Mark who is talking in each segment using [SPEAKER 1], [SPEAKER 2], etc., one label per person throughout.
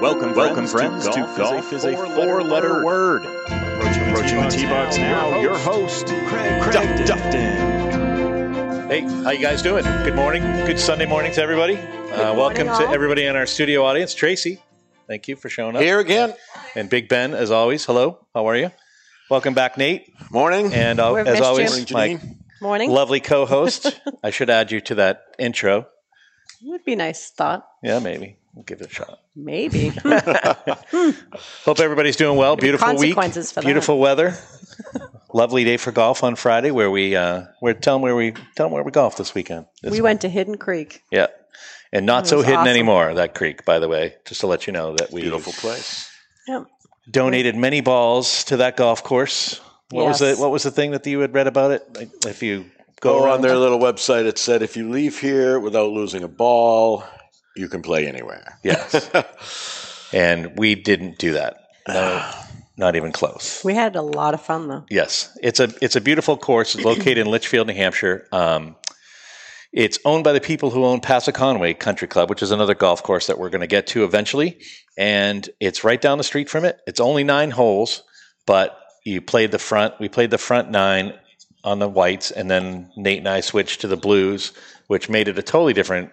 [SPEAKER 1] Welcome, welcome, friends, to golf, is a four-letter word. Approaching, the tee box now, your host, Craig, Craig Dufton.
[SPEAKER 2] Hey, how you guys doing? Good morning. Good Sunday morning to everybody. Uh, welcome
[SPEAKER 3] morning,
[SPEAKER 2] to
[SPEAKER 3] all.
[SPEAKER 2] everybody in our studio audience. Tracy, thank you for showing up.
[SPEAKER 4] Here again.
[SPEAKER 2] And Big Ben, as always. Hello, how are you? Welcome back, Nate.
[SPEAKER 4] Morning.
[SPEAKER 2] And uh,
[SPEAKER 3] We've
[SPEAKER 2] as
[SPEAKER 3] missed
[SPEAKER 2] always,
[SPEAKER 3] you.
[SPEAKER 2] my
[SPEAKER 4] Janine.
[SPEAKER 3] Morning.
[SPEAKER 2] lovely co-host. I should add you to that intro.
[SPEAKER 3] would be a nice thought.
[SPEAKER 2] Yeah, maybe we'll give it a shot.
[SPEAKER 3] Maybe.
[SPEAKER 2] Hope everybody's doing well. Beautiful week.
[SPEAKER 3] consequences for that.
[SPEAKER 2] Beautiful weather. Lovely day for golf on Friday, where we uh, where tell 'em where we tell 'em where we golf this weekend.
[SPEAKER 3] we went to Hidden Creek.
[SPEAKER 2] Yeah. And not
[SPEAKER 3] That
[SPEAKER 2] so
[SPEAKER 3] was
[SPEAKER 2] hidden
[SPEAKER 3] awesome.
[SPEAKER 2] anymore, that creek, by the way, just to let you know that we
[SPEAKER 4] Beautiful place.
[SPEAKER 3] Yep.
[SPEAKER 2] donated many balls to that golf course. What was
[SPEAKER 3] Yes.
[SPEAKER 2] the what was the thing that you had read about it? Like, If you go,
[SPEAKER 4] Go
[SPEAKER 2] around
[SPEAKER 4] Oh, on their little website. It said if you leave here without losing a ball, you can play anywhere.
[SPEAKER 2] Yes. and we didn't do that. No, not even close.
[SPEAKER 3] We had a lot of fun though.
[SPEAKER 2] Yes, it's a it's a beautiful course. It's located in Litchfield, New Hampshire. Um, it's owned by the people who own Passaconaway Country Club, which is another golf course that we're going to get to eventually. And it's right down the street from it. It's only nine holes, but you played the front. We played the front nine on the whites, and then Nate and I switched to the blues, which made it a totally different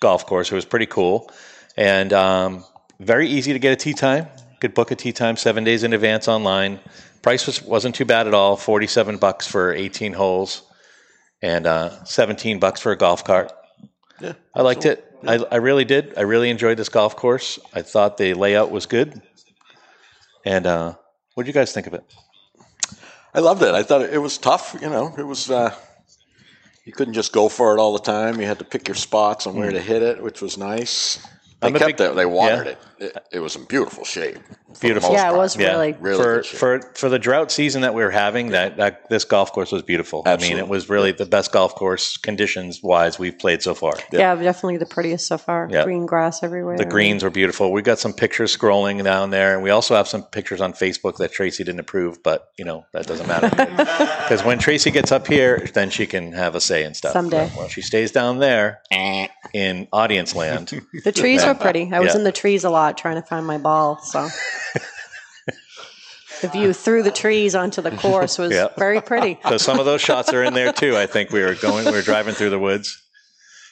[SPEAKER 2] golf course. It was pretty cool, and um, very easy to get a tee time. Could book a tee time seven days in advance online. Price was wasn't too bad at all. Forty seven bucks for eighteen holes, and uh, seventeen bucks for a golf cart.
[SPEAKER 4] Yeah.
[SPEAKER 2] I liked it. I, I really did. I really enjoyed this golf course. I thought the layout was good. And uh, what did you guys think of it?
[SPEAKER 4] I loved it. I thought it was tough. You know, it was. Uh, you couldn't just go for it all the time. You had to pick your spots on where to hit it, which was nice. They
[SPEAKER 2] I'm a
[SPEAKER 4] kept
[SPEAKER 2] big-
[SPEAKER 4] it. They watered
[SPEAKER 2] yeah.
[SPEAKER 4] it. it. It was in beautiful shape.
[SPEAKER 2] Beautiful.
[SPEAKER 3] yeah, it was really
[SPEAKER 4] Really
[SPEAKER 2] for
[SPEAKER 4] good shape.
[SPEAKER 2] for for the drought season that we were having, that, that this golf course was beautiful. I mean, it
[SPEAKER 4] Absolutely.
[SPEAKER 2] was really the best golf course conditions wise we've played so far.
[SPEAKER 3] yeah. definitely the prettiest so far.
[SPEAKER 2] Yeah.
[SPEAKER 3] Green grass everywhere.
[SPEAKER 2] The greens were beautiful. We got some pictures scrolling down there, and we also have some pictures on Facebook that Tracy didn't approve, but you know that doesn't matter because when Tracy gets up here, then she can have a say in stuff.
[SPEAKER 3] Someday.
[SPEAKER 2] But when she stays down there in audience land.
[SPEAKER 3] The trees were pretty. I was
[SPEAKER 2] Yeah.
[SPEAKER 3] in the trees a lot trying to find my ball, so the view through the trees onto the course was
[SPEAKER 2] Yeah.
[SPEAKER 3] very pretty.
[SPEAKER 2] So some of those shots are in there too. I think we were going, we were driving through the woods,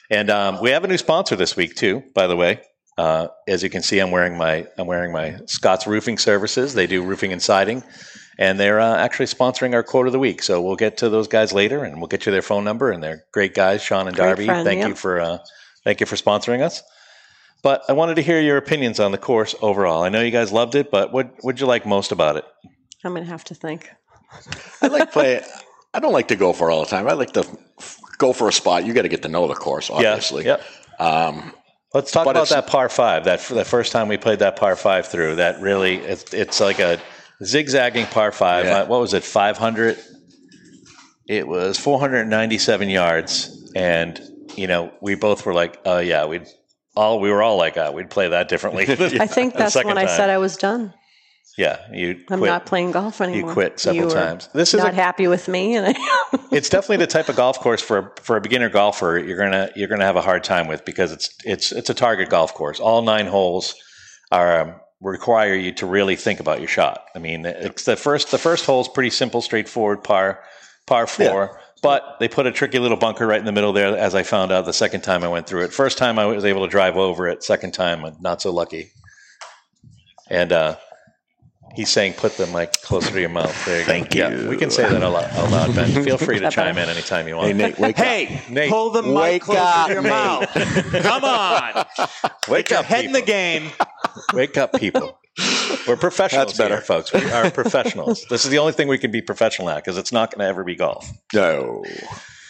[SPEAKER 2] and um, we have a new sponsor this week too. By the way, uh, as you can see, I'm wearing my I'm wearing my Scott's Roofing Services. They do roofing and siding, and they're uh, actually sponsoring our quote of the week. So we'll get to those guys later, and we'll get you their phone number. And they're great guys, Sean and
[SPEAKER 3] Great
[SPEAKER 2] Darby.
[SPEAKER 3] friend,
[SPEAKER 2] thank
[SPEAKER 3] yeah.
[SPEAKER 2] you for uh, thank you for sponsoring us. But I wanted to hear your opinions on the course overall. I know you guys loved it, but what would you like most about it?
[SPEAKER 3] I'm gonna have to think.
[SPEAKER 4] I like play. I don't like to go for all the time. I like to f- go for a spot. You got to get to know the course,
[SPEAKER 2] Yeah,
[SPEAKER 4] obviously.
[SPEAKER 2] yeah.
[SPEAKER 4] Um,
[SPEAKER 2] Let's talk
[SPEAKER 4] But
[SPEAKER 2] about
[SPEAKER 4] it's-
[SPEAKER 2] that par five. That the first time we played that par five through, that really it's, it's like a zigzagging par five.
[SPEAKER 4] Yeah.
[SPEAKER 2] Uh, What was it? Five hundred. It was four hundred ninety-seven yards, and you know we both were like, "Oh yeah, we'd all we were all like, oh, we'd play that differently."
[SPEAKER 3] I think that's when
[SPEAKER 2] second
[SPEAKER 3] I
[SPEAKER 2] time.
[SPEAKER 3] said I was done.
[SPEAKER 2] yeah, you
[SPEAKER 3] I'm
[SPEAKER 2] quit.
[SPEAKER 3] not playing golf
[SPEAKER 2] you
[SPEAKER 3] anymore.
[SPEAKER 2] quit several
[SPEAKER 3] were
[SPEAKER 2] times. This is
[SPEAKER 3] Not
[SPEAKER 2] a
[SPEAKER 3] happy with me, and I,
[SPEAKER 2] it's definitely the type of golf course for for a beginner golfer you're gonna you're gonna have a hard time with because it's it's it's a target golf course. All nine holes are um, require you to really think about your shot. I mean, it's the first the first hole's pretty simple, straightforward par par four. But they put a tricky little bunker right in the middle there, as I found out the second time I went through it. First time I was able to drive over it. Second time, I'm not so lucky. And uh, he's saying, "Put them like closer to your mouth." There you Thank go. you. we can say that out loud, out loud, uh, Ben. Feel free to chime in anytime you want.
[SPEAKER 4] hey Nate, wake up.
[SPEAKER 5] Hey,
[SPEAKER 2] Nate,
[SPEAKER 5] pull the mic
[SPEAKER 4] wake
[SPEAKER 5] closer
[SPEAKER 4] up,
[SPEAKER 5] to your
[SPEAKER 4] Nate.
[SPEAKER 5] mouth. Come on.
[SPEAKER 2] wake up,
[SPEAKER 5] Head in the
[SPEAKER 2] people.
[SPEAKER 5] game.
[SPEAKER 2] Wake up, people. We're professionals,
[SPEAKER 4] That's better.
[SPEAKER 2] here, folks. We are professionals. this is the only thing we can be professional at because it's not going to ever be golf.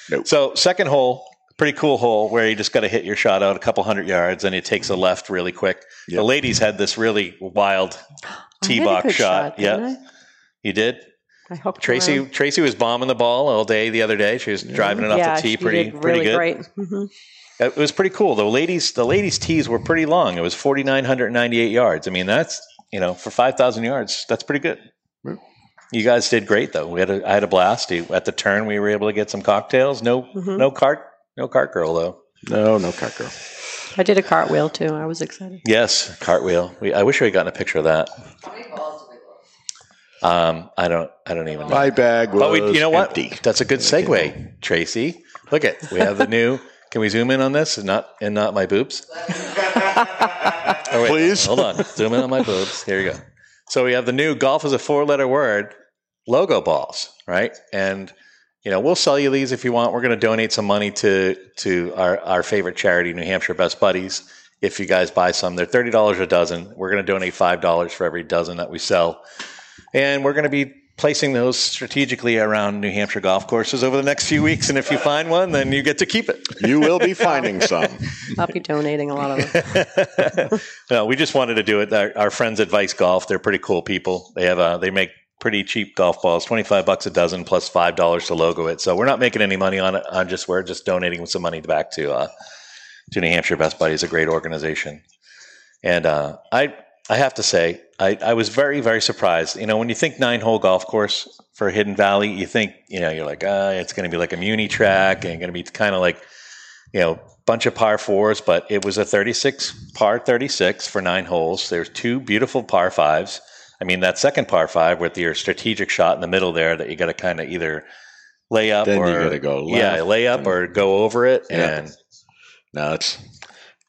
[SPEAKER 4] No.
[SPEAKER 2] So second hole, pretty cool hole where you just got to hit your shot out a couple hundred yards, and it takes a left really quick. The
[SPEAKER 4] Yep.
[SPEAKER 2] ladies had this really wild
[SPEAKER 3] I
[SPEAKER 2] tee
[SPEAKER 3] had a
[SPEAKER 2] box
[SPEAKER 3] good
[SPEAKER 2] shot.
[SPEAKER 3] didn't
[SPEAKER 2] yeah,
[SPEAKER 3] I?
[SPEAKER 2] you did.
[SPEAKER 3] I hooked
[SPEAKER 2] Tracy
[SPEAKER 3] around.
[SPEAKER 2] Tracy was bombing the ball all day the other day. She was driving it off
[SPEAKER 3] yeah,
[SPEAKER 2] the tee
[SPEAKER 3] she
[SPEAKER 2] pretty
[SPEAKER 3] did
[SPEAKER 2] pretty
[SPEAKER 3] really
[SPEAKER 2] good.
[SPEAKER 3] great. hmm
[SPEAKER 2] It was pretty cool. The ladies the ladies tees were pretty long. It was 4998 yards. I mean, that's, you know, for 5000 yards, that's pretty good. You guys did great though. We had a, I had a blast. At the turn, we were able to get some cocktails. No
[SPEAKER 3] Mhm.
[SPEAKER 2] no cart no cart girl though.
[SPEAKER 4] No, no car girl.
[SPEAKER 3] I did a cartwheel too. I was excited.
[SPEAKER 2] Yes, cartwheel. We, I wish we had gotten a picture of that.
[SPEAKER 6] How many balls do we go?
[SPEAKER 2] Um, I don't. I don't even. know.
[SPEAKER 4] My bag was
[SPEAKER 2] But we, you know what?
[SPEAKER 4] empty.
[SPEAKER 2] That's a good segue, Tracy. Look at we have the new. Can we zoom in on this and not and not my boobs? Oh, wait,
[SPEAKER 4] Please.
[SPEAKER 2] Hold on. Zoom in on my boobs. Here you go. So we have the new golf is a four letter word logo balls, right? And you know we'll sell you these if you want. We're going to donate some money to to our our favorite charity, New Hampshire Best Buddies. If you guys buy some, they're thirty dollars a dozen. We're going to donate five dollars for every dozen that we sell. And we're going to be placing those strategically around New Hampshire golf courses over the next few weeks. And if you find one, then you get to keep it.
[SPEAKER 4] You will be finding some.
[SPEAKER 3] I'll be donating a lot of them.
[SPEAKER 2] no, we just wanted to do it. Our, our friends at Vice Golf, they're pretty cool people. They have uh they make pretty cheap golf balls, twenty five bucks a dozen plus five dollars to logo it. So we're not making any money on it. On just we're just donating some money back to uh, to New Hampshire Best Buddies, a great organization. And uh, I I have to say I, I was very very surprised. You know, when you think nine hole golf course for Hidden Valley, you think you know you're like ah, it's going to be like a muni track and going to be kind of like you know, bunch of par fours, but it was a 36 par 36 for nine holes. There's two beautiful par fives. I mean, that second par five with your strategic shot in the middle there that you got to kind of either lay up
[SPEAKER 4] Then you
[SPEAKER 2] or
[SPEAKER 4] gotta go
[SPEAKER 2] yeah,
[SPEAKER 4] left
[SPEAKER 2] lay up
[SPEAKER 4] and-
[SPEAKER 2] or go over it.
[SPEAKER 4] Yeah.
[SPEAKER 2] And
[SPEAKER 4] No, it's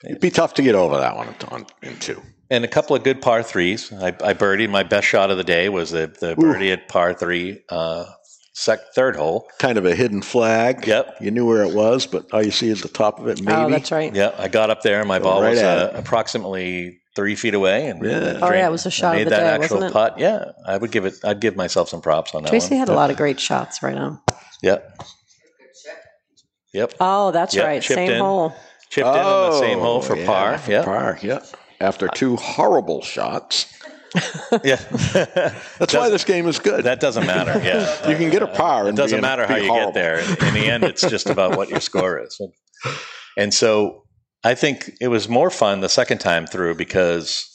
[SPEAKER 4] it'd be tough to get over that one on, in two.
[SPEAKER 2] and a couple of good par threes. I, I birdied. My best shot of the day was the, the birdie at par three, uh, sec, third hole.
[SPEAKER 4] Kind of a hidden flag.
[SPEAKER 2] Yep.
[SPEAKER 4] You knew where it was, but all you see is the top of it. Maybe.
[SPEAKER 3] Oh, that's right.
[SPEAKER 2] Yeah, I got up there and my ball
[SPEAKER 4] right
[SPEAKER 2] was
[SPEAKER 4] at
[SPEAKER 2] uh,
[SPEAKER 4] it.
[SPEAKER 2] approximately three feet away. And
[SPEAKER 4] Yeah.
[SPEAKER 3] Oh, yeah, it was a shot of
[SPEAKER 2] I made
[SPEAKER 3] the
[SPEAKER 2] that
[SPEAKER 3] day,
[SPEAKER 2] actual
[SPEAKER 3] wasn't it?
[SPEAKER 2] putt. Yeah, I would give it. I'd give myself some props on that
[SPEAKER 3] Tracy
[SPEAKER 2] one.
[SPEAKER 3] had a lot of great shots right now.
[SPEAKER 2] Yep,
[SPEAKER 6] Good check.
[SPEAKER 2] yep.
[SPEAKER 3] Oh, that's
[SPEAKER 2] Yeah,
[SPEAKER 3] right.
[SPEAKER 2] chipped
[SPEAKER 3] Same
[SPEAKER 2] in.
[SPEAKER 3] hole.
[SPEAKER 2] Chipped in on the same hole for
[SPEAKER 4] Oh, yeah,
[SPEAKER 2] par.
[SPEAKER 4] for
[SPEAKER 2] Yeah,
[SPEAKER 4] Par. Yeah. After two horrible shots.
[SPEAKER 2] yeah.
[SPEAKER 4] That's why this game is good.
[SPEAKER 2] that doesn't matter. Yeah,
[SPEAKER 4] you can get a par.
[SPEAKER 2] it
[SPEAKER 4] and
[SPEAKER 2] doesn't
[SPEAKER 4] be-
[SPEAKER 2] matter
[SPEAKER 4] be
[SPEAKER 2] how you
[SPEAKER 4] horrible.
[SPEAKER 2] get there. In the end, it's just about what your score is. And so, I think it was more fun the second time through because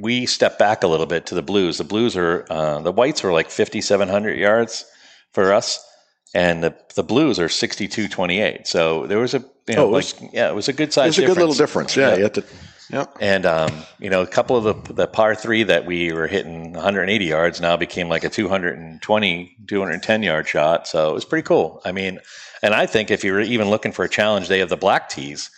[SPEAKER 2] we stepped back a little bit to the Blues. The Blues are uh, the Whites were like fifty seven hundred yards for us. And the, the blues are sixty two twenty eight. So there was a you know
[SPEAKER 4] Oh, it was-
[SPEAKER 2] like yeah, it was a good size.
[SPEAKER 4] There's a good little
[SPEAKER 2] difference.
[SPEAKER 4] difference. Yeah.
[SPEAKER 2] Yeah.
[SPEAKER 4] You have to, yeah.
[SPEAKER 2] And um, you know, a couple of the the par three that we were hitting 180 yards now became like a 220, 210 yard shot. So it was pretty cool. I mean, and I think if you were even looking for a challenge, they have the black tees.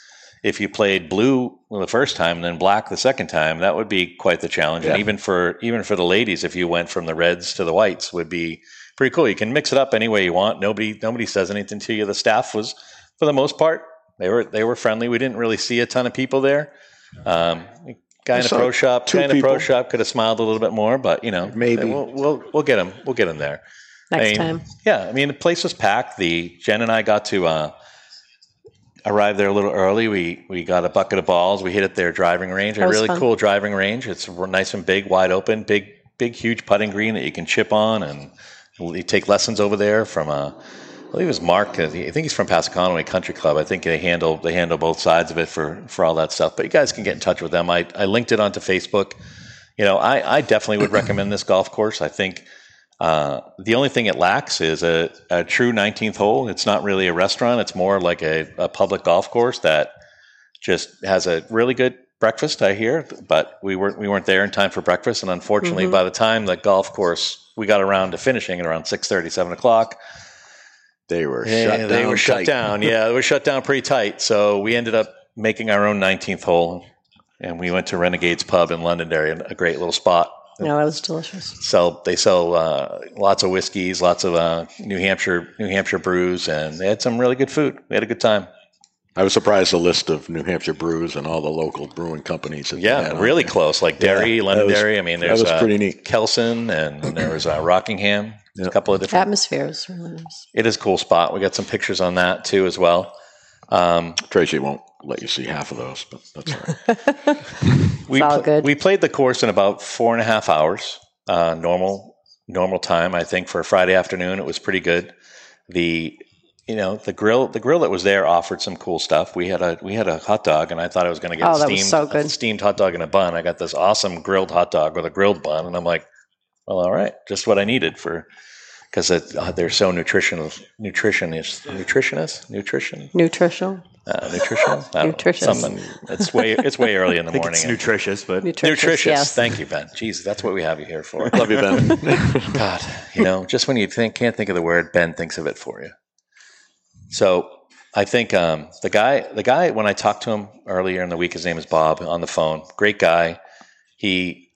[SPEAKER 2] If you played blue the first time and then black the second time, that would be quite the challenge. And
[SPEAKER 4] Yeah.
[SPEAKER 2] even for even for the ladies, if you went from the reds to the whites, would be pretty cool. You can mix it up any way you want. Nobody nobody says anything to you. The staff was, for the most part, they were they were friendly. We didn't really see a ton of people there. Um, guy in a
[SPEAKER 4] saw
[SPEAKER 2] pro shop,
[SPEAKER 4] two
[SPEAKER 2] guy in a pro
[SPEAKER 4] people.
[SPEAKER 2] shop could have smiled a little bit more, but you know,
[SPEAKER 4] Maybe.
[SPEAKER 2] we'll we'll, we'll get him. We'll get him there.
[SPEAKER 3] Next
[SPEAKER 2] I mean,
[SPEAKER 3] time.
[SPEAKER 2] Yeah, I mean the place was packed. The Jen and I got to uh, arrive there a little early. We we got a bucket of balls. We hit at their driving range. A
[SPEAKER 3] That was
[SPEAKER 2] really
[SPEAKER 3] fun.
[SPEAKER 2] cool driving range. It's r- nice and big, wide open, big big huge putting green that you can chip on, and you take lessons over there from. Uh, I believe it was Mark. uh, I think he's from Passaconaway Country Club. I think they handle they handle both sides of it for for all that stuff. But you guys can get in touch with them. I, I linked it onto Facebook. You know, I, I definitely would recommend this golf course. I think uh, the only thing it lacks is a, a true 19th hole. It's not really a restaurant. It's more like a, a public golf course that just has a really good breakfast, I hear. But we weren't we weren't there in time for breakfast, and unfortunately, by the time the golf course we got around to finishing at around 7 o'clock,
[SPEAKER 4] They were
[SPEAKER 2] yeah,
[SPEAKER 4] shut down.
[SPEAKER 2] they were shut
[SPEAKER 4] tight.
[SPEAKER 2] down. Yeah, they were shut down pretty tight. So we ended up making our own 19th hole, and we went to Renegades Pub in Londonderry, a great little spot.
[SPEAKER 3] No, that was delicious.
[SPEAKER 2] Sell they sell uh, lots of whiskeys, lots of uh, New Hampshire New Hampshire brews, and they had some really good food. We had a good time.
[SPEAKER 4] I was surprised the list of New Hampshire brews and all the local brewing companies. that they
[SPEAKER 2] Yeah,
[SPEAKER 4] had on
[SPEAKER 2] really
[SPEAKER 4] there.
[SPEAKER 2] close, like Derry,
[SPEAKER 4] Yeah, that
[SPEAKER 2] Londonderry. I mean,
[SPEAKER 4] that
[SPEAKER 2] there's
[SPEAKER 4] was
[SPEAKER 2] uh,
[SPEAKER 4] pretty neat.
[SPEAKER 2] Kelson, and there was uh, Rockingham. A couple of different
[SPEAKER 3] Atmosphere is really nice.
[SPEAKER 2] It is a cool spot. We got some pictures on that too as well. Um,
[SPEAKER 4] Tracy won't let you see half of those, but that's all right.
[SPEAKER 2] we
[SPEAKER 3] all
[SPEAKER 2] pl-
[SPEAKER 3] good.
[SPEAKER 2] we played the course in about four and a half hours, uh, normal normal time. I think for a Friday afternoon, it was pretty good. The you know the grill the grill that was there offered some cool stuff. We had a we had a hot dog, and I thought I was going to get
[SPEAKER 3] Oh,
[SPEAKER 2] a
[SPEAKER 3] that was
[SPEAKER 2] steamed
[SPEAKER 3] so good.
[SPEAKER 2] a steamed hot dog in a bun. I got this awesome grilled hot dog with a grilled bun, and I'm like, well, all right, just what I needed for because uh, they're so nutritional nutritionist nutritionist nutrition
[SPEAKER 3] Nutritional.
[SPEAKER 2] uh, nutritional, I don't know,
[SPEAKER 3] Nutritious.
[SPEAKER 2] something. It's way it's way early in the
[SPEAKER 1] I think
[SPEAKER 2] morning.
[SPEAKER 1] it's nutritious, but
[SPEAKER 3] Nutritious.
[SPEAKER 2] nutritious.
[SPEAKER 3] Yes.
[SPEAKER 2] Thank you, Ben. Jeez, that's what we have you here for.
[SPEAKER 4] Love you, Ben.
[SPEAKER 2] God, you know, just when you think can't think of the word, Ben thinks of it for you. So I think um, the guy, the guy, when I talked to him earlier in the week, his name is Bob on the phone. Great guy. He,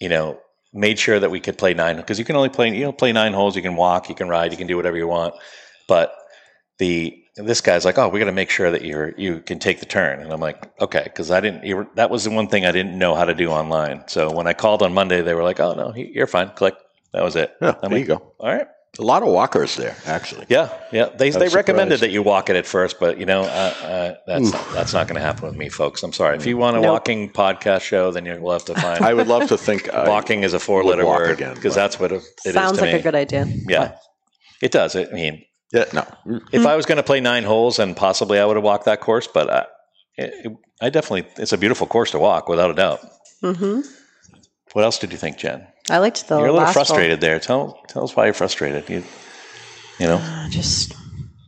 [SPEAKER 2] you know, made sure that we could play nine because you can only play you know play nine holes. You can walk, you can ride, you can do whatever you want. But the this guy's like, oh, we got to make sure that you're you can take the turn. And I'm like, okay, because I didn't. you were- That was the one thing I didn't know how to do online. So when I called on Monday, they were like, oh no, you're fine. Click. That was it.
[SPEAKER 4] Yeah,
[SPEAKER 2] I'm
[SPEAKER 4] there you
[SPEAKER 2] like,
[SPEAKER 4] go.
[SPEAKER 2] all right.
[SPEAKER 4] A lot of walkers there, actually.
[SPEAKER 2] Yeah, yeah. They, they
[SPEAKER 4] was
[SPEAKER 2] recommended
[SPEAKER 4] surprised.
[SPEAKER 2] that you walk it at first, but you know uh, uh, that's
[SPEAKER 4] Hmm.
[SPEAKER 2] that's not going to happen with me, folks. I'm sorry. If you want a
[SPEAKER 3] Nope.
[SPEAKER 2] walking podcast show, then you'll have to find
[SPEAKER 4] I would love to think uh, I-
[SPEAKER 2] walking is a four letter
[SPEAKER 4] Would walk
[SPEAKER 2] word
[SPEAKER 4] again,
[SPEAKER 2] because
[SPEAKER 4] but-
[SPEAKER 2] that's what it it is
[SPEAKER 3] Sounds
[SPEAKER 2] to
[SPEAKER 3] like
[SPEAKER 2] me.
[SPEAKER 3] a good idea. Hmm.
[SPEAKER 2] yeah, it does. I mean,
[SPEAKER 4] Yeah, no.
[SPEAKER 2] if I was going to play nine holes, and possibly I would have walked that course, but I, it, I definitely it's a beautiful course to walk without a doubt.
[SPEAKER 3] Mm-hmm.
[SPEAKER 2] What else did you think, Jen?
[SPEAKER 3] I liked the.
[SPEAKER 2] you're a
[SPEAKER 3] last
[SPEAKER 2] little
[SPEAKER 3] one.
[SPEAKER 2] frustrated there. Tell tell us why you're frustrated. You you know.
[SPEAKER 3] I just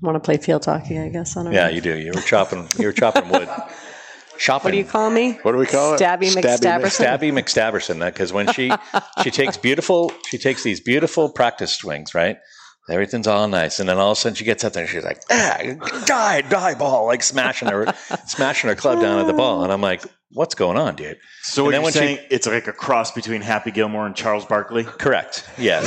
[SPEAKER 3] want to play field hockey. I guess I don't.
[SPEAKER 2] Yeah,
[SPEAKER 3] know.
[SPEAKER 2] you do. You were chopping. You were chopping wood. Chopping.
[SPEAKER 3] What do you call me?
[SPEAKER 4] What do we call it?
[SPEAKER 3] Stabby McStabberson.
[SPEAKER 2] Stabby McStabberson? Because when she she takes beautiful, she takes these beautiful practice swings, right? Everything's all nice, and then all of a sudden she gets up there and she's like, ah, "Die, die, ball!" Like smashing her, smashing her club down at the ball, and I'm like, "What's going on, dude?"
[SPEAKER 1] so
[SPEAKER 2] And
[SPEAKER 1] what
[SPEAKER 2] then
[SPEAKER 1] you're
[SPEAKER 2] when she-
[SPEAKER 1] saying it's like a cross between Happy Gilmore and Charles Barkley.
[SPEAKER 2] Correct. Yes,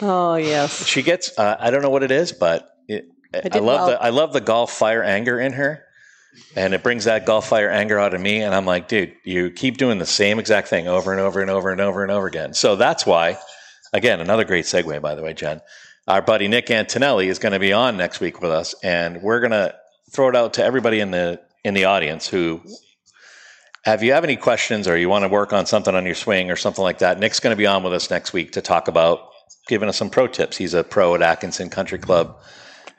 [SPEAKER 3] Oh yes.
[SPEAKER 2] she gets. Uh, I don't know what it is, but it, I,
[SPEAKER 3] did well.
[SPEAKER 2] love the I love the golf fire anger in her, and it brings that golf fire anger out of me. And I'm like, dude, you keep doing the same exact thing over and over and over and over and over again. So that's why, again, another great segue, by the way, Jen. Our buddy Nick Antonelli is going to be on next week with us, and we're going to throw it out to everybody in the in the audience who. Have you have any questions or you want to work on something on your swing or something like that? Nick's going to be on with us next week to talk about giving us some pro tips. He's a pro at Atkinson Country Club,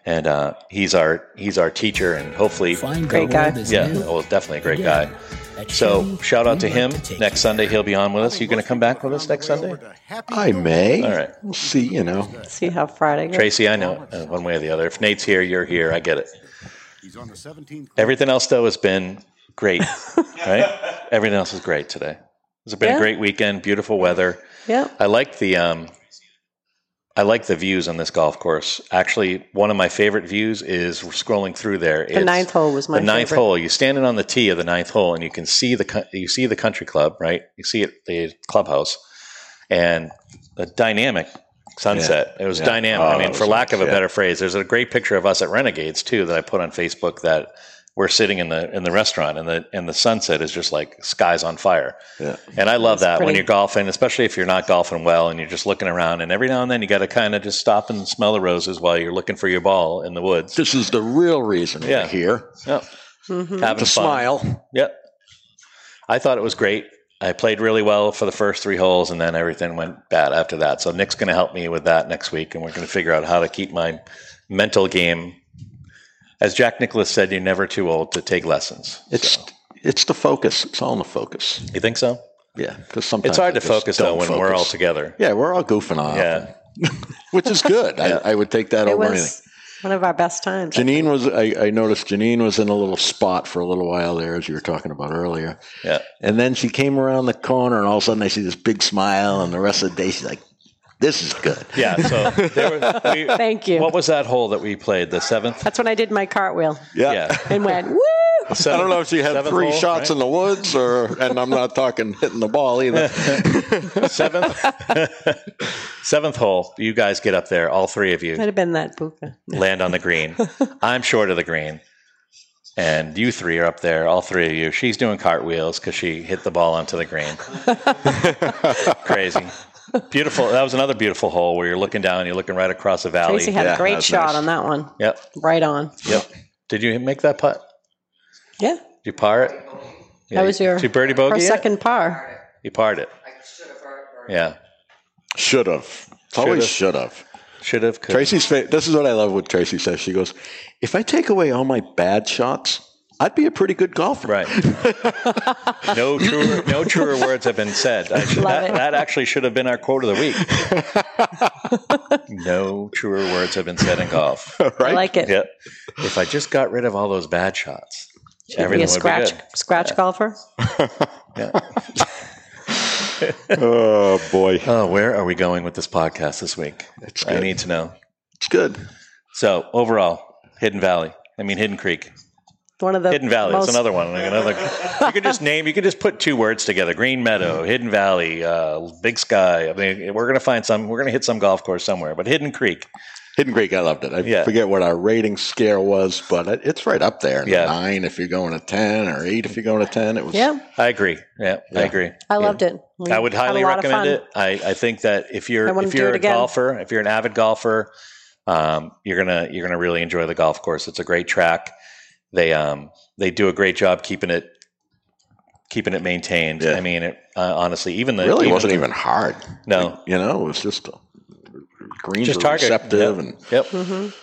[SPEAKER 2] and uh, he's our he's our teacher, and hopefully,
[SPEAKER 7] Find
[SPEAKER 3] Great
[SPEAKER 7] the
[SPEAKER 3] guy.
[SPEAKER 7] world is
[SPEAKER 2] yeah,
[SPEAKER 7] new.
[SPEAKER 2] well, definitely a great
[SPEAKER 7] Yeah.
[SPEAKER 2] guy.
[SPEAKER 7] At
[SPEAKER 2] So
[SPEAKER 7] Chevy,
[SPEAKER 2] shout out to
[SPEAKER 7] we like
[SPEAKER 2] him
[SPEAKER 7] take
[SPEAKER 2] next
[SPEAKER 7] you
[SPEAKER 2] Sunday. He'll be on with us. You going to come back with us next Sunday?
[SPEAKER 4] I may.
[SPEAKER 2] All right,
[SPEAKER 4] See, you know.
[SPEAKER 3] See how Friday goes.
[SPEAKER 2] Tracy. I know uh, one way or the other. If Nate's here, you're here. I get it.
[SPEAKER 8] He's on the 17th.
[SPEAKER 2] Everything else though has been great, right? Everything else is great today. It's been
[SPEAKER 3] Yeah.
[SPEAKER 2] a great weekend. Beautiful weather.
[SPEAKER 3] Yeah.
[SPEAKER 2] I like the um, I like the views on this golf course. Actually, one of my favorite views is scrolling through there.
[SPEAKER 3] The ninth hole was my
[SPEAKER 2] the ninth
[SPEAKER 3] favorite.
[SPEAKER 2] hole. You're standing on the tee of the ninth hole, and you can see the co- you see the country club, right? You see it the clubhouse, and the dynamic sunset. It was
[SPEAKER 4] Yeah.
[SPEAKER 2] dynamic.
[SPEAKER 4] Oh,
[SPEAKER 2] I
[SPEAKER 4] that
[SPEAKER 2] mean,
[SPEAKER 4] was
[SPEAKER 2] for lack
[SPEAKER 4] nice,
[SPEAKER 2] of a
[SPEAKER 4] yeah.
[SPEAKER 2] better phrase, there's a great picture of us at Renegades too that I put on Facebook that we're sitting in the in the restaurant, and the and the sunset is just like skies on fire.
[SPEAKER 4] Yeah.
[SPEAKER 2] And I love that when
[SPEAKER 3] pretty.
[SPEAKER 2] you're golfing, especially if you're not golfing well and you're just looking around. And every now and then you got to kind of just stop and smell the roses while you're looking for your ball in the woods.
[SPEAKER 4] This is the real reason
[SPEAKER 2] Yeah.
[SPEAKER 4] we're here.
[SPEAKER 2] Yep.
[SPEAKER 3] Mhm.
[SPEAKER 2] Having
[SPEAKER 4] To
[SPEAKER 2] fun.
[SPEAKER 4] smile.
[SPEAKER 2] Yep. I thought it was great. I played really well for the first three holes, and then everything went bad after that. So Nick's going to help me with that next week, and we're going to figure out how to keep my mental game. As Jack Nicholas said, "You're never too old to take lessons."
[SPEAKER 4] It's it's the focus. It's all in the focus.
[SPEAKER 2] You think so?
[SPEAKER 4] Yeah, because sometimes
[SPEAKER 2] It's hard
[SPEAKER 4] I
[SPEAKER 2] to
[SPEAKER 4] just
[SPEAKER 2] focus though
[SPEAKER 4] don't
[SPEAKER 2] when we're all
[SPEAKER 4] focus.
[SPEAKER 2] together.
[SPEAKER 4] Yeah, we're all goofing off.
[SPEAKER 2] Yeah.
[SPEAKER 4] which is good. I, I would take that
[SPEAKER 3] It
[SPEAKER 4] over anything.
[SPEAKER 3] was one of our best times.
[SPEAKER 4] Janine was. I, I noticed Janine was in a little spot for a little while there, as you were talking about earlier.
[SPEAKER 2] Yeah.
[SPEAKER 4] And then she came around the corner, and all of a sudden I see this big smile, and the rest of the day she's like, "This is good."
[SPEAKER 2] Yeah. So there was, we,
[SPEAKER 3] Thank you.
[SPEAKER 2] What was that hole that we played? The seventh.
[SPEAKER 3] That's when I did my cartwheel
[SPEAKER 2] Yeah.
[SPEAKER 3] and went woo.
[SPEAKER 4] I don't know if she had
[SPEAKER 2] Seventh
[SPEAKER 4] three
[SPEAKER 2] hole,
[SPEAKER 4] shots
[SPEAKER 2] right?
[SPEAKER 4] in the woods, or and I'm not talking hitting the ball either.
[SPEAKER 2] seventh. seventh hole. You guys get up there, all three of you.
[SPEAKER 3] Might have been that buka.
[SPEAKER 2] land on the green. I'm short of the green. And you three are up there, all three of you. She's doing cartwheels because she hit the ball onto the green. Crazy. Beautiful. That was another beautiful hole where you're looking down, you're looking right across the valley.
[SPEAKER 3] Tracy had
[SPEAKER 4] Yeah,
[SPEAKER 3] a
[SPEAKER 4] that
[SPEAKER 3] great
[SPEAKER 4] was
[SPEAKER 3] shot
[SPEAKER 4] nice.
[SPEAKER 3] on that one.
[SPEAKER 2] Yep.
[SPEAKER 3] Right on.
[SPEAKER 2] Yep. Did you make that putt?
[SPEAKER 3] Yeah.
[SPEAKER 2] Did you par it? Yeah,
[SPEAKER 3] was your-
[SPEAKER 2] Did you birdie bogey?
[SPEAKER 3] Our
[SPEAKER 2] it?
[SPEAKER 3] second par.
[SPEAKER 2] You parred it.
[SPEAKER 6] I should have heard. or-
[SPEAKER 2] Yeah.
[SPEAKER 4] Should have. Always should have.
[SPEAKER 2] Should have. Could.
[SPEAKER 4] Tracy's. Fa- this is what I love. What Tracy says. She goes, "If I take away all my bad shots, I'd be a pretty good golfer.
[SPEAKER 2] Right. no truer, no truer words have been said. I should,
[SPEAKER 3] Love
[SPEAKER 2] that,
[SPEAKER 3] it.
[SPEAKER 2] that actually should have been our quote of the week. no truer words have been said in golf.
[SPEAKER 3] I
[SPEAKER 4] right?
[SPEAKER 3] like it.
[SPEAKER 2] Yep. If I just got rid of all those bad shots,
[SPEAKER 3] Be
[SPEAKER 2] everything
[SPEAKER 3] a
[SPEAKER 2] would
[SPEAKER 3] scratch
[SPEAKER 2] be good.
[SPEAKER 3] scratch golfer.
[SPEAKER 4] oh boy,
[SPEAKER 2] Oh, where are we going with this podcast this week?
[SPEAKER 4] it's
[SPEAKER 2] I
[SPEAKER 4] good.
[SPEAKER 2] need to know.
[SPEAKER 4] it's good.
[SPEAKER 2] So overall, Hidden Valley. I mean Hidden Creek.
[SPEAKER 3] One of the
[SPEAKER 2] Hidden Valley.
[SPEAKER 3] most
[SPEAKER 2] It's another one. like Another. You could just name. You could just put two words together: Green Meadow, Hidden Valley, uh, Big Sky. I mean, we're gonna find some. We're gonna hit some golf course somewhere. But Hidden Creek.
[SPEAKER 4] Hidden Creek, I loved it. I
[SPEAKER 2] Yeah.
[SPEAKER 4] forget what our rating scale was, but it- it's right up there.
[SPEAKER 2] Yeah.
[SPEAKER 4] Nine if you're going to ten, or eight if you're going to ten. It was
[SPEAKER 3] Yeah,
[SPEAKER 2] I agree. Yeah, I
[SPEAKER 4] Yeah.
[SPEAKER 2] agree.
[SPEAKER 3] I loved it. We
[SPEAKER 2] I would
[SPEAKER 3] had a
[SPEAKER 2] highly
[SPEAKER 3] lot of
[SPEAKER 2] recommend
[SPEAKER 3] fun.
[SPEAKER 2] it. I, I think that if
[SPEAKER 3] I
[SPEAKER 2] you're
[SPEAKER 3] wanna
[SPEAKER 2] if
[SPEAKER 3] do
[SPEAKER 2] you're
[SPEAKER 3] it
[SPEAKER 2] a
[SPEAKER 3] again.
[SPEAKER 2] golfer, if you're an avid golfer, um, you're gonna you're gonna really enjoy the golf course. It's a great track. They um they do a great job keeping it keeping it maintained.
[SPEAKER 4] Yeah.
[SPEAKER 2] I mean, it, uh, honestly, even the
[SPEAKER 4] really
[SPEAKER 2] even
[SPEAKER 4] wasn't
[SPEAKER 2] the-
[SPEAKER 4] even hard.
[SPEAKER 2] No.
[SPEAKER 4] Like, you know, it was just greens just
[SPEAKER 2] Just target.
[SPEAKER 4] receptive,
[SPEAKER 2] Yep.
[SPEAKER 4] and
[SPEAKER 2] Yep.
[SPEAKER 3] Mhm.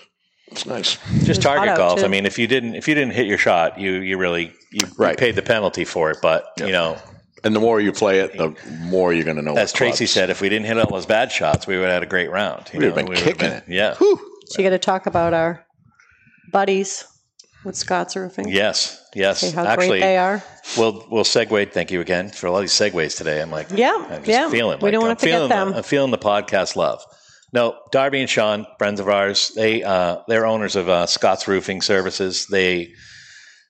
[SPEAKER 4] it's nice.
[SPEAKER 2] just
[SPEAKER 3] Just
[SPEAKER 2] target
[SPEAKER 3] auto,
[SPEAKER 2] golf. I
[SPEAKER 3] too.
[SPEAKER 2] mean, if you didn't if you didn't hit your shot, you you really you, you
[SPEAKER 4] Right.
[SPEAKER 2] paid the penalty for it. But you know,
[SPEAKER 4] And the more you play it, the more you're going to know.
[SPEAKER 2] as
[SPEAKER 4] what
[SPEAKER 2] Tracy
[SPEAKER 4] clubs.
[SPEAKER 2] said, if we didn't hit all those bad shots, we would have had a great round.
[SPEAKER 4] We'd
[SPEAKER 2] You know,
[SPEAKER 4] have been
[SPEAKER 2] would've
[SPEAKER 4] kicking
[SPEAKER 2] been- Yeah.
[SPEAKER 3] So you got to talk about our buddies with Scott's Roofing.
[SPEAKER 2] Yes. Yes.
[SPEAKER 3] See how great
[SPEAKER 2] Actually,
[SPEAKER 3] they are.
[SPEAKER 2] We'll we'll segue. Thank you again for all these segues today. I'm like,
[SPEAKER 3] Yeah,
[SPEAKER 2] I'm just
[SPEAKER 3] yeah.
[SPEAKER 2] feeling.
[SPEAKER 3] We
[SPEAKER 2] like,
[SPEAKER 3] don't
[SPEAKER 2] I'm
[SPEAKER 3] wanna forget
[SPEAKER 2] feeling the-
[SPEAKER 3] them.
[SPEAKER 2] I'm feeling the podcast love. No, Darby and Sean, friends of ours, they uh, they're owners of uh, Scott's Roofing Services. They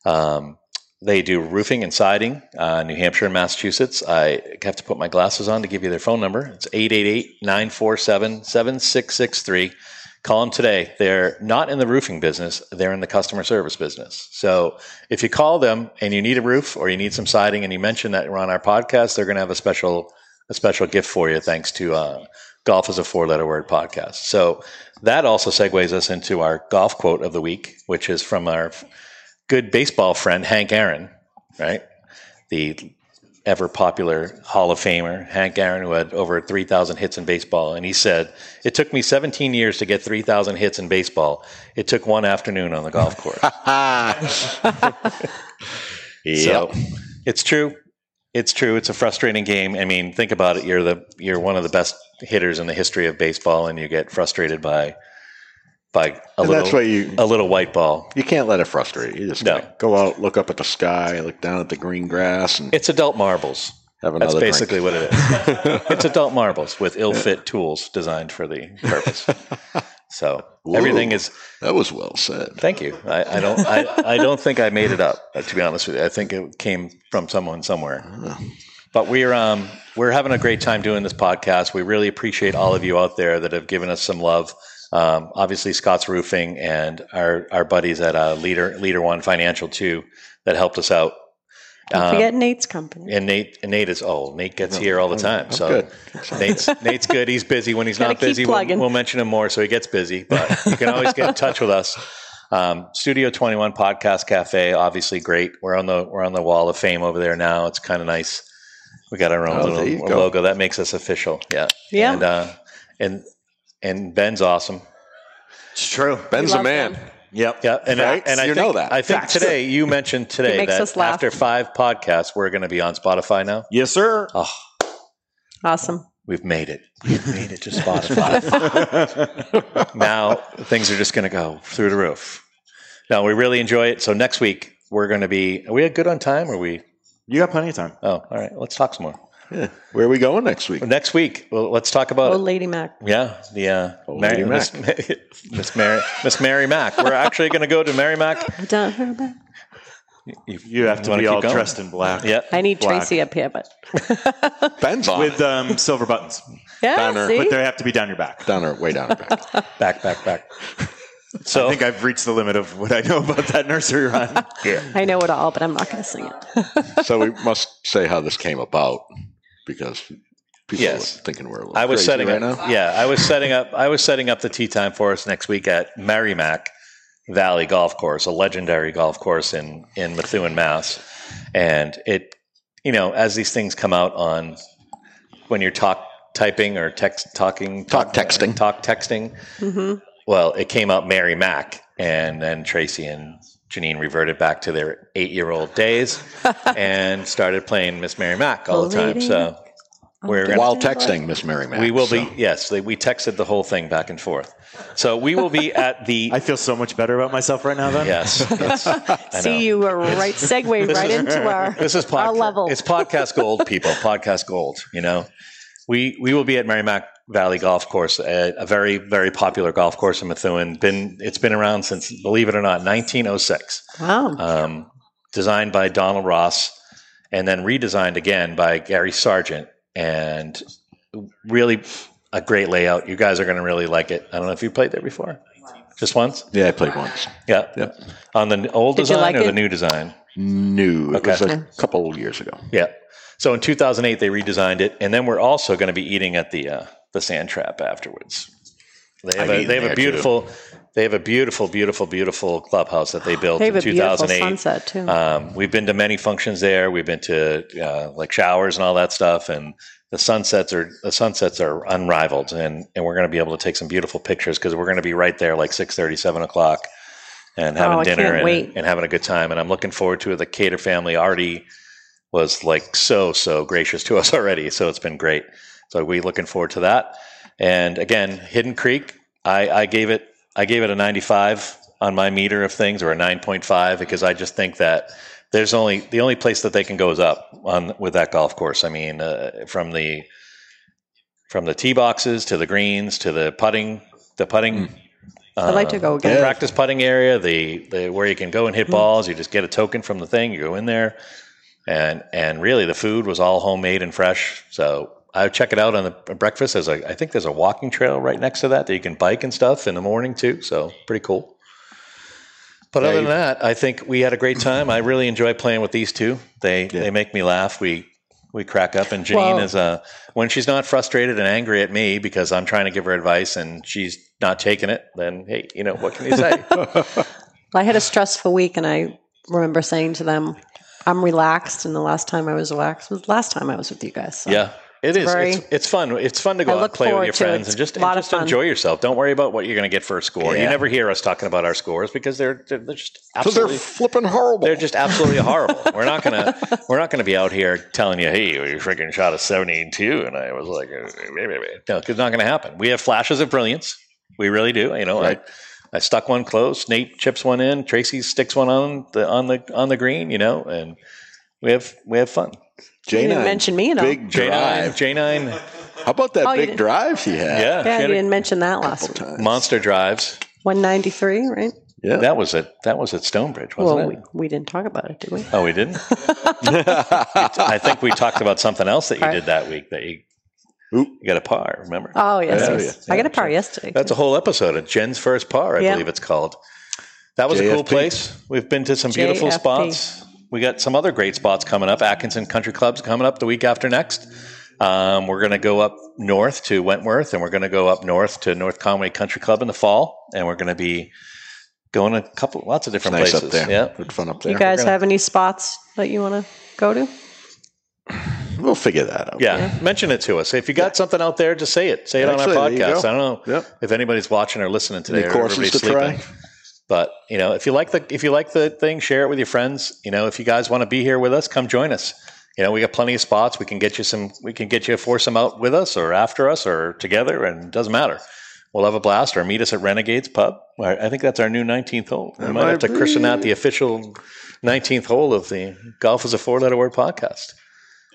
[SPEAKER 2] um, they do roofing and siding, uh, New Hampshire and Massachusetts. I have to put my glasses on to give you their phone number. It's 888-947-7663. Call them today. They're not in the roofing business, they're in the customer service business. So if you call them and you need a roof or you need some siding and you mention that we're on our podcast, they're going to have a special a special gift for you thanks to uh, Golf is a Four Letter Word podcast. So that also segues us into our golf quote of the week, which is from our good baseball friend, Hank Aaron, right? The ever popular Hall of Famer, Hank Aaron, who had over 3,000 hits in baseball. And he said, It took me 17 years to get 3,000 hits in baseball. It took one afternoon on the golf course.
[SPEAKER 4] Ah.
[SPEAKER 2] So it's true. It's true. It's a frustrating game. I mean, think about it. You're the you're one of the best hitters in the history of baseball, and you get frustrated by by a
[SPEAKER 4] and
[SPEAKER 2] little
[SPEAKER 4] that's why you
[SPEAKER 2] a little white ball.
[SPEAKER 4] you can't let it frustrate you. You Just
[SPEAKER 2] No.
[SPEAKER 4] gotta go out, look up at the sky, look down at the green grass, and
[SPEAKER 2] It's adult marbles.
[SPEAKER 4] have another.
[SPEAKER 2] That's
[SPEAKER 4] drink.
[SPEAKER 2] basically what it is. it's adult marbles with ill-fit tools designed for the purpose. So everything
[SPEAKER 4] Ooh.
[SPEAKER 2] is.
[SPEAKER 4] that was well said.
[SPEAKER 2] Thank you. I, I don't. I, I don't think I made it up. uh, To be honest with you, I think it came from someone somewhere. But we're um, we're having a great time doing this podcast. We really appreciate all of you out there that have given us some love. Um, obviously, Scott's Roofing and our our buddies at uh, Leader Leader One Financial too that helped us out.
[SPEAKER 3] Don't
[SPEAKER 2] Um,
[SPEAKER 3] forget Nate's company.
[SPEAKER 2] and Nate and Nate is old. Nate gets here all the time. so
[SPEAKER 4] Oh, good.
[SPEAKER 2] Nate's Nate's good. He's busy. When he's
[SPEAKER 3] Gotta
[SPEAKER 2] not
[SPEAKER 3] keep
[SPEAKER 2] busy, we'll,
[SPEAKER 3] plugging.
[SPEAKER 2] we'll mention him more so he gets busy. But you can always get in touch with us. Um, Studio Twenty One Podcast Cafe, obviously great. We're on the we're on the wall of fame over there now. It's kind of nice. We got our own
[SPEAKER 4] Oh, there you
[SPEAKER 2] little
[SPEAKER 4] go.
[SPEAKER 2] logo that makes us official. Yeah,
[SPEAKER 3] Yeah.
[SPEAKER 2] And uh, and and Ben's awesome.
[SPEAKER 4] It's true. Ben's
[SPEAKER 3] We
[SPEAKER 4] a
[SPEAKER 3] love
[SPEAKER 4] man.
[SPEAKER 3] Ben.
[SPEAKER 4] Yep.
[SPEAKER 2] Yeah, and I,
[SPEAKER 4] Right?
[SPEAKER 2] and I
[SPEAKER 4] You
[SPEAKER 2] think,
[SPEAKER 4] know that.
[SPEAKER 2] I think
[SPEAKER 4] Facts.
[SPEAKER 2] today you mentioned today
[SPEAKER 3] makes
[SPEAKER 2] that
[SPEAKER 3] us laugh.
[SPEAKER 2] after five podcasts we're going to be on Spotify now.
[SPEAKER 5] Yes, sir.
[SPEAKER 3] Awesome.
[SPEAKER 2] We've made it. We've made it to Spotify. now things are just going to go through the roof. No, we really enjoy it. So next week we're going to be. Are we good on time? Or are we?
[SPEAKER 5] You got plenty of time.
[SPEAKER 2] Oh, all right. Let's talk some more.
[SPEAKER 4] Yeah. Where are we going next week?
[SPEAKER 2] Next week, well, let's talk about.
[SPEAKER 3] Old Lady Mac.
[SPEAKER 2] yeah, the uh,
[SPEAKER 4] Old
[SPEAKER 2] Mary-
[SPEAKER 4] Lady
[SPEAKER 2] Miss, Miss Mary Miss Mary Mac. We're actually going to go to Mary Mac.
[SPEAKER 3] I don't know about-
[SPEAKER 5] You have to
[SPEAKER 2] wanna
[SPEAKER 5] be
[SPEAKER 2] keep
[SPEAKER 5] all
[SPEAKER 2] going?
[SPEAKER 5] dressed in black.
[SPEAKER 2] Yeah,
[SPEAKER 3] I need
[SPEAKER 5] Black.
[SPEAKER 3] Tracy up here, but
[SPEAKER 4] Ben's on
[SPEAKER 5] With
[SPEAKER 4] it.
[SPEAKER 5] um, silver buttons.
[SPEAKER 3] yeah,
[SPEAKER 4] Downer.
[SPEAKER 3] see,
[SPEAKER 5] But they have to be down your back.
[SPEAKER 4] down or way down her back.
[SPEAKER 2] back, back, back. So
[SPEAKER 5] I think I've reached the limit of what I know about that nursery rhyme.
[SPEAKER 3] I know it all, but I'm not going to sing it.
[SPEAKER 4] so we must say how this came about because people
[SPEAKER 2] Yes.
[SPEAKER 4] are thinking we're a little
[SPEAKER 2] I was
[SPEAKER 4] crazy
[SPEAKER 2] setting
[SPEAKER 4] right
[SPEAKER 2] up.
[SPEAKER 4] now.
[SPEAKER 2] Yeah, I was setting up. I was setting up the tea time for us next week at Merrimack Valley Golf Course, a legendary golf course in in Methuen, Mass. And it, you know, as these things come out on when you're talk typing or text talking
[SPEAKER 4] Talk texting.
[SPEAKER 2] talk texting.
[SPEAKER 3] hmm
[SPEAKER 2] Well, it came out Mary Mack, and then Tracy and Janine reverted back to their eight-year-old days and started playing Miss Mary Mac all the time. So we're gonna-
[SPEAKER 4] While texting Miss Mary Mac.
[SPEAKER 2] we will be
[SPEAKER 4] so.
[SPEAKER 2] yes. They, we texted the whole thing back and forth. So we will be at the
[SPEAKER 5] I feel so much better about myself right now. Then
[SPEAKER 2] yes. yes. I know.
[SPEAKER 3] See, you were right segue right into our
[SPEAKER 2] This is
[SPEAKER 3] our
[SPEAKER 2] podcast.
[SPEAKER 3] level.
[SPEAKER 2] It's podcast gold, people. podcast gold. You know, we we will be at Merrimack Valley Golf Course, a, a very very popular golf course in Methuen. Been it's been around since, believe it or not, 1906.
[SPEAKER 3] wow.
[SPEAKER 2] Um, designed by Donald Ross, and then redesigned again by Gary Sargent, and really a great layout. You guys are going to really like it. I don't know if you played there before, just once.
[SPEAKER 4] Yeah, I played once.
[SPEAKER 2] Yeah,
[SPEAKER 4] Yep.
[SPEAKER 2] on the old
[SPEAKER 3] Did you
[SPEAKER 2] design
[SPEAKER 3] like
[SPEAKER 2] or the
[SPEAKER 3] it?
[SPEAKER 2] new design.
[SPEAKER 4] New. It
[SPEAKER 2] Okay.
[SPEAKER 4] was a
[SPEAKER 3] Hmm.
[SPEAKER 4] couple years ago.
[SPEAKER 2] Yeah. So in 2008 they redesigned it, and then we're also going to be eating at the uh, the Sand Trap afterwards. They have
[SPEAKER 4] I've
[SPEAKER 2] a
[SPEAKER 4] eaten
[SPEAKER 2] they have
[SPEAKER 4] there,
[SPEAKER 2] a beautiful they have a beautiful beautiful beautiful clubhouse that they built
[SPEAKER 3] they have a
[SPEAKER 2] in
[SPEAKER 3] beautiful
[SPEAKER 2] 2008.
[SPEAKER 3] sunset too.
[SPEAKER 2] Um, we've been to many functions there. We've been to uh, like showers and all that stuff, and the sunsets are the sunsets are unrivaled, and and we're going to be able to take some beautiful pictures because we're going to be right there like 6:30, 7 o'clock, and having
[SPEAKER 3] Oh, I
[SPEAKER 2] dinner
[SPEAKER 3] can't
[SPEAKER 2] and,
[SPEAKER 3] wait.
[SPEAKER 2] and having a good time. And I'm looking forward to it. The Cater family already was like so so gracious to us already, so it's been great. So we looking forward to that. And again, Hidden Creek, I, I gave it I gave it a 95 on my meter of things or a 9.5 because I just think that there's only the only place that they can go is up on with that golf course. I mean, uh, from the from the tee boxes to the greens to the putting the putting
[SPEAKER 3] I'd like to go again.
[SPEAKER 2] the practice putting area, the, the where you can go and hit balls. You just get a token from the thing. You go in there, and and really the food was all homemade and fresh. So I would check it out on the breakfast. There's a I think there's a walking trail right next to that that you can bike and stuff in the morning too. So pretty cool. But other than that, I think we had a great time. I really enjoy playing with these two. They they make me laugh. We we crack up, and Jane
[SPEAKER 3] Well-
[SPEAKER 2] is uh, when she's not frustrated and angry at me because I'm trying to give her advice and she's not taking it. Then hey, you know what can you say?
[SPEAKER 3] I had a stressful week, and I remember saying to them, "I'm relaxed." And the last time I was relaxed was last time I was with you guys. So.
[SPEAKER 2] yeah, it is.
[SPEAKER 3] very-
[SPEAKER 2] it's, it's fun. It's fun
[SPEAKER 3] I
[SPEAKER 2] to go out and
[SPEAKER 3] look
[SPEAKER 2] play with
[SPEAKER 3] forward
[SPEAKER 2] your
[SPEAKER 3] to it.
[SPEAKER 2] friends and just,
[SPEAKER 3] It's a
[SPEAKER 2] and
[SPEAKER 3] lot of
[SPEAKER 2] just
[SPEAKER 3] fun.
[SPEAKER 2] enjoy yourself. Don't worry about what you're going to get for a score. You
[SPEAKER 4] Yeah.
[SPEAKER 2] never hear us talking about our scores because they're they're, they're just
[SPEAKER 4] Because they're
[SPEAKER 2] absolutely.
[SPEAKER 4] flipping horrible.
[SPEAKER 2] They're just absolutely horrible. We're not gonna we're not gonna be out here telling you, hey, you freaking shot a seventy two, and I was like, eh, eh, eh, eh. no, 'cause it's not gonna happen. We have flashes of brilliance. We really do. You know, I-
[SPEAKER 4] Right.
[SPEAKER 2] I, stuck one close. Nate chips one in. Tracy sticks one on the on the on the green. You know, and we have we have fun.
[SPEAKER 4] J9,
[SPEAKER 3] didn't mention me at all.
[SPEAKER 4] Big
[SPEAKER 2] J nine,
[SPEAKER 4] drive.
[SPEAKER 2] J nine,
[SPEAKER 4] How about that
[SPEAKER 3] Oh, you
[SPEAKER 4] big
[SPEAKER 3] didn't-
[SPEAKER 4] drive she had?
[SPEAKER 2] yeah,
[SPEAKER 3] Yeah,
[SPEAKER 2] she
[SPEAKER 3] you
[SPEAKER 2] had a-
[SPEAKER 3] didn't mention that last week.
[SPEAKER 2] monster drives.
[SPEAKER 3] 193, right?
[SPEAKER 4] Yeah.
[SPEAKER 2] That was at that was at Stonebridge, wasn't
[SPEAKER 3] Well,
[SPEAKER 2] it?
[SPEAKER 3] we, we didn't talk about it, did we?
[SPEAKER 2] Oh, we didn't. I think we talked about something else that you
[SPEAKER 3] Par.
[SPEAKER 2] did that week that you,
[SPEAKER 4] Oop.
[SPEAKER 2] you got a par. Remember?
[SPEAKER 3] Oh, yes.
[SPEAKER 4] Yeah,
[SPEAKER 3] yes. I got a par yesterday.
[SPEAKER 2] That's a whole episode of Jen's first par, I
[SPEAKER 3] Yeah.
[SPEAKER 2] believe it's called. That was a cool
[SPEAKER 4] JFP.
[SPEAKER 2] place. We've been to some beautiful
[SPEAKER 3] JFP.
[SPEAKER 2] spots. We got some other great spots coming up. Atkinson Country Club's coming up the week after next. Um, we're going to go up north to Wentworth, and we're going to go up north to North Conway Country Club in the fall, and we're going to be going a couple, lots of
[SPEAKER 4] It's
[SPEAKER 2] different
[SPEAKER 4] nice
[SPEAKER 2] places.
[SPEAKER 4] up there.
[SPEAKER 2] Yeah,
[SPEAKER 4] Good fun up
[SPEAKER 3] you
[SPEAKER 4] there.
[SPEAKER 3] guys
[SPEAKER 2] gonna-
[SPEAKER 3] have any spots that you want to go to?
[SPEAKER 4] we'll figure that out.
[SPEAKER 2] Yeah, mention it to us. If you got something out there, just say it. Say it on our
[SPEAKER 4] Actually, there you
[SPEAKER 2] podcast.
[SPEAKER 4] go.
[SPEAKER 2] I don't know
[SPEAKER 4] Yep.
[SPEAKER 2] if anybody's watching or listening today.
[SPEAKER 4] Any
[SPEAKER 2] or
[SPEAKER 4] courses to
[SPEAKER 2] everybody's sleeping.
[SPEAKER 4] try?
[SPEAKER 2] But you know, if you like the if you like the thing, share it with your friends. You know, if you guys want to be here with us, come join us. You know, we got plenty of spots. We can get you some. We can get you a foursome out with us, or after us, or together, and it doesn't matter. We'll have a blast, or meet us at Renegades Pub. I I think that's our new 19th hole. We might have to christen that the official 19th hole of the Golf is a Four Letter Word podcast.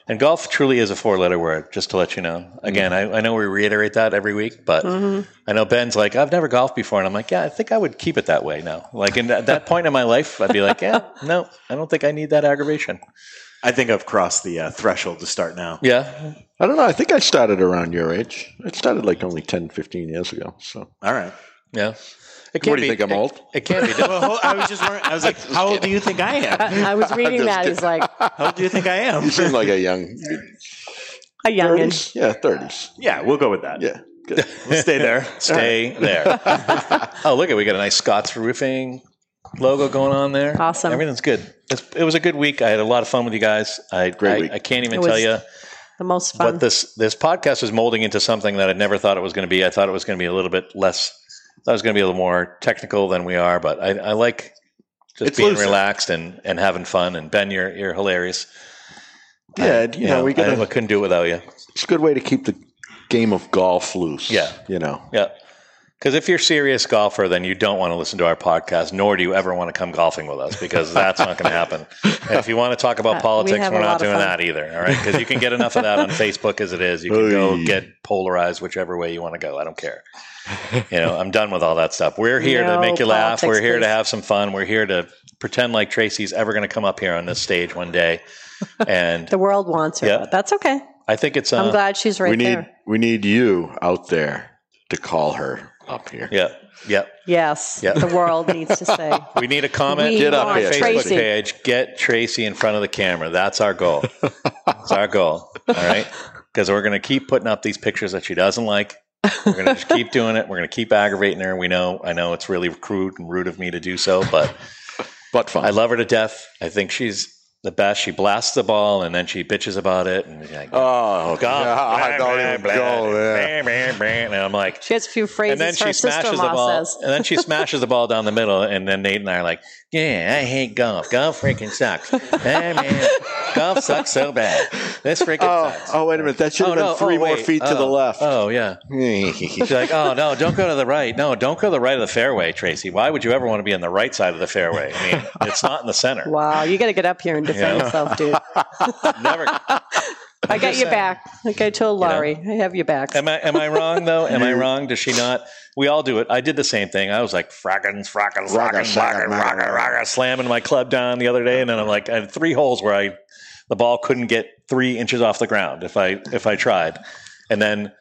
[SPEAKER 2] And golf truly is a four letter word, just to let you know. Again, I, I know we reiterate that every week, but I know Ben's like, I've never golfed before. And I'm like, yeah, I think I would keep it that way now. Like in at that point in my life, I'd be like, yeah, no, I don't think I need that aggravation.
[SPEAKER 5] I think I've crossed the uh, threshold to start now.
[SPEAKER 2] Yeah.
[SPEAKER 4] I don't know. I think I started around your age. I started like only 10, 15 years ago. So
[SPEAKER 5] All right.
[SPEAKER 2] Yeah. It
[SPEAKER 4] what
[SPEAKER 2] can't
[SPEAKER 4] do you
[SPEAKER 2] be-
[SPEAKER 4] think? I'm
[SPEAKER 2] it-
[SPEAKER 4] old.
[SPEAKER 2] It can't be done.
[SPEAKER 5] Well, hold- I was just wondering. I was like, how old do you think I am?
[SPEAKER 3] I, I was reading that. He's like,
[SPEAKER 5] How old do you think I am?
[SPEAKER 4] You seem like a young
[SPEAKER 3] a youngin.
[SPEAKER 4] thirties. Yeah, thirties.
[SPEAKER 5] Yeah, we'll go with that.
[SPEAKER 4] Yeah, good.
[SPEAKER 5] We'll stay there.
[SPEAKER 2] Stay there. oh, look at we got a nice Scott's Roofing logo going on there.
[SPEAKER 3] Awesome.
[SPEAKER 2] Everything's good. It's, it was a good week. I had a lot of fun with you guys. I,
[SPEAKER 4] Great
[SPEAKER 2] I,
[SPEAKER 4] week.
[SPEAKER 2] I can't even
[SPEAKER 3] It was
[SPEAKER 2] tell you.
[SPEAKER 3] The most fun.
[SPEAKER 2] But this this podcast is molding into something that I never thought it was going to be. I thought it was going to be a little bit less. I thought it was going to be a little more technical than we are. But I, I like just
[SPEAKER 4] It's
[SPEAKER 2] being
[SPEAKER 4] lucid.
[SPEAKER 2] relaxed and, and having fun. And Ben, you're you're hilarious.
[SPEAKER 4] Yeah, you, know, we
[SPEAKER 2] I,
[SPEAKER 4] got
[SPEAKER 2] I couldn't do it without you.
[SPEAKER 4] it's a good way to keep the game of golf loose.
[SPEAKER 2] Yeah.
[SPEAKER 4] you know.
[SPEAKER 2] Yeah. Because if you're a serious golfer, then you don't want to listen to our podcast, nor do you ever want to come golfing with us because that's not going to happen. And if you want to talk about
[SPEAKER 3] Uh, we
[SPEAKER 2] politics,
[SPEAKER 3] have
[SPEAKER 2] we're
[SPEAKER 3] a
[SPEAKER 2] not
[SPEAKER 3] lot of
[SPEAKER 2] doing
[SPEAKER 3] fun.
[SPEAKER 2] that either. All right. Because you can get enough of that on Facebook as it is. You can go
[SPEAKER 4] Oy.
[SPEAKER 2] get polarized whichever way you want to go. I don't care. You know, I'm done with all that stuff. We're here to
[SPEAKER 3] No
[SPEAKER 2] make you laugh.
[SPEAKER 3] politics,
[SPEAKER 2] We're here to
[SPEAKER 3] please.
[SPEAKER 2] have some fun. We're here to pretend like Tracy's ever going to come up here on this stage one day. And
[SPEAKER 3] The world wants her.
[SPEAKER 2] Yeah.
[SPEAKER 3] but That's okay.
[SPEAKER 2] I think it's. Uh,
[SPEAKER 3] I'm glad she's right
[SPEAKER 4] we need
[SPEAKER 3] there.
[SPEAKER 4] we need you out there to call her up here.
[SPEAKER 2] Yeah. Yeah.
[SPEAKER 3] Yes,
[SPEAKER 2] Yeah.
[SPEAKER 3] the world needs to say.
[SPEAKER 2] We need a comment.
[SPEAKER 3] We
[SPEAKER 4] Get up
[SPEAKER 3] want
[SPEAKER 4] here,
[SPEAKER 2] Facebook
[SPEAKER 3] Tracy.
[SPEAKER 2] page. Get Tracy in front of the camera. That's our goal. That's our goal. All right. Because we're going to keep putting up these pictures that she doesn't like. We're going to just keep doing it. We're going to keep aggravating her. We know, I know it's really crude and rude of me to do so, but
[SPEAKER 4] But fun.
[SPEAKER 2] I love her to death. I think she's the best. She blasts the ball and then she bitches about it. And, like,
[SPEAKER 4] oh
[SPEAKER 2] God,
[SPEAKER 4] I don't even go there.
[SPEAKER 2] And I'm like,
[SPEAKER 3] She has a few phrases
[SPEAKER 2] and then
[SPEAKER 3] her
[SPEAKER 2] she
[SPEAKER 3] sister
[SPEAKER 2] smashes the
[SPEAKER 3] in
[SPEAKER 2] ball.
[SPEAKER 3] law says.
[SPEAKER 2] And then she smashes the ball down the middle. And then Nate and I are like, "Yeah, I hate golf. Golf freaking sucks. Hey, man, golf sucks so bad. This freaking
[SPEAKER 4] Oh,
[SPEAKER 2] sucks."
[SPEAKER 4] oh, wait a minute. That should have been three
[SPEAKER 2] three
[SPEAKER 4] more feet to the left.
[SPEAKER 2] Oh yeah. She's like, "Oh no, don't go to the right. No, don't go to the right of the fairway, Tracy. Why would you ever want to be on the right side of the fairway? I mean, it's not in the center.
[SPEAKER 3] Wow, you got to get up here and defend
[SPEAKER 2] Yeah.
[SPEAKER 3] yourself, dude.
[SPEAKER 2] Never.
[SPEAKER 3] I got your back. Like I told
[SPEAKER 2] know?
[SPEAKER 3] Laurie, I have your back.
[SPEAKER 2] Am I am I wrong though? Am I wrong? Does she not? We all do it. I did the same thing. I was like fracking, fracking, fracking, fracking, fracking, fracking, slamming my club down the other day, and then I'm like, I had three holes where I the ball couldn't get three inches off the ground if I if I tried, and then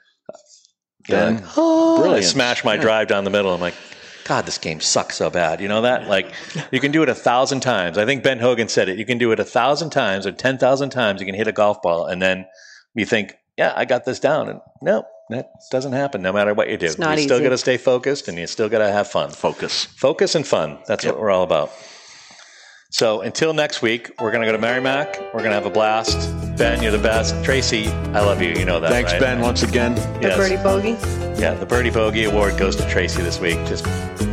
[SPEAKER 2] yeah,
[SPEAKER 4] Ben,
[SPEAKER 2] like, oh, I
[SPEAKER 4] brilliant.
[SPEAKER 2] smash my drive down the middle. I'm like. God, this game sucks so bad. You know that? Like, you can do it a thousand times. I think Ben Hogan said it. You can do it a thousand times or 10,000 times. You can hit a golf ball, and then you think, yeah, I got this down. And no, that doesn't happen no matter what you do.
[SPEAKER 3] It's not
[SPEAKER 2] you still
[SPEAKER 3] easy.
[SPEAKER 2] got to stay focused and you still got to have fun.
[SPEAKER 4] Focus.
[SPEAKER 2] Focus and fun. That's what we're all about. So until next week, we're going to go to Merrimack. We're going to have a blast. Ben, you're the best. Tracy, I love you. You know that.
[SPEAKER 4] Thanks,
[SPEAKER 2] right?
[SPEAKER 4] Ben, once again.
[SPEAKER 3] the
[SPEAKER 2] Yes.
[SPEAKER 3] birdie bogey.
[SPEAKER 2] Yeah, the Birdie Bogey Award goes to Tracy this week, just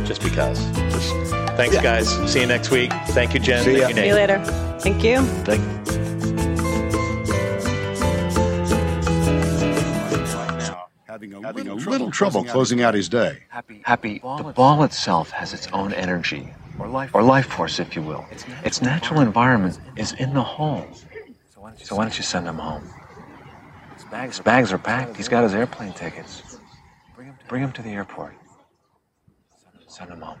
[SPEAKER 2] just because. Just- thanks, guys. See you next week. Thank you, Jen.
[SPEAKER 4] See
[SPEAKER 2] Thank
[SPEAKER 4] ya.
[SPEAKER 2] you,
[SPEAKER 3] See
[SPEAKER 2] Nate.
[SPEAKER 3] you later. Thank you.
[SPEAKER 4] Thank
[SPEAKER 8] now, having a little, trouble closing out his day.
[SPEAKER 7] happy happy the ball itself has its own energy or life or life force if you will its natural environment is in the hole so why don't you send him home his bags are packed he's got his airplane tickets bring him to the airport send him home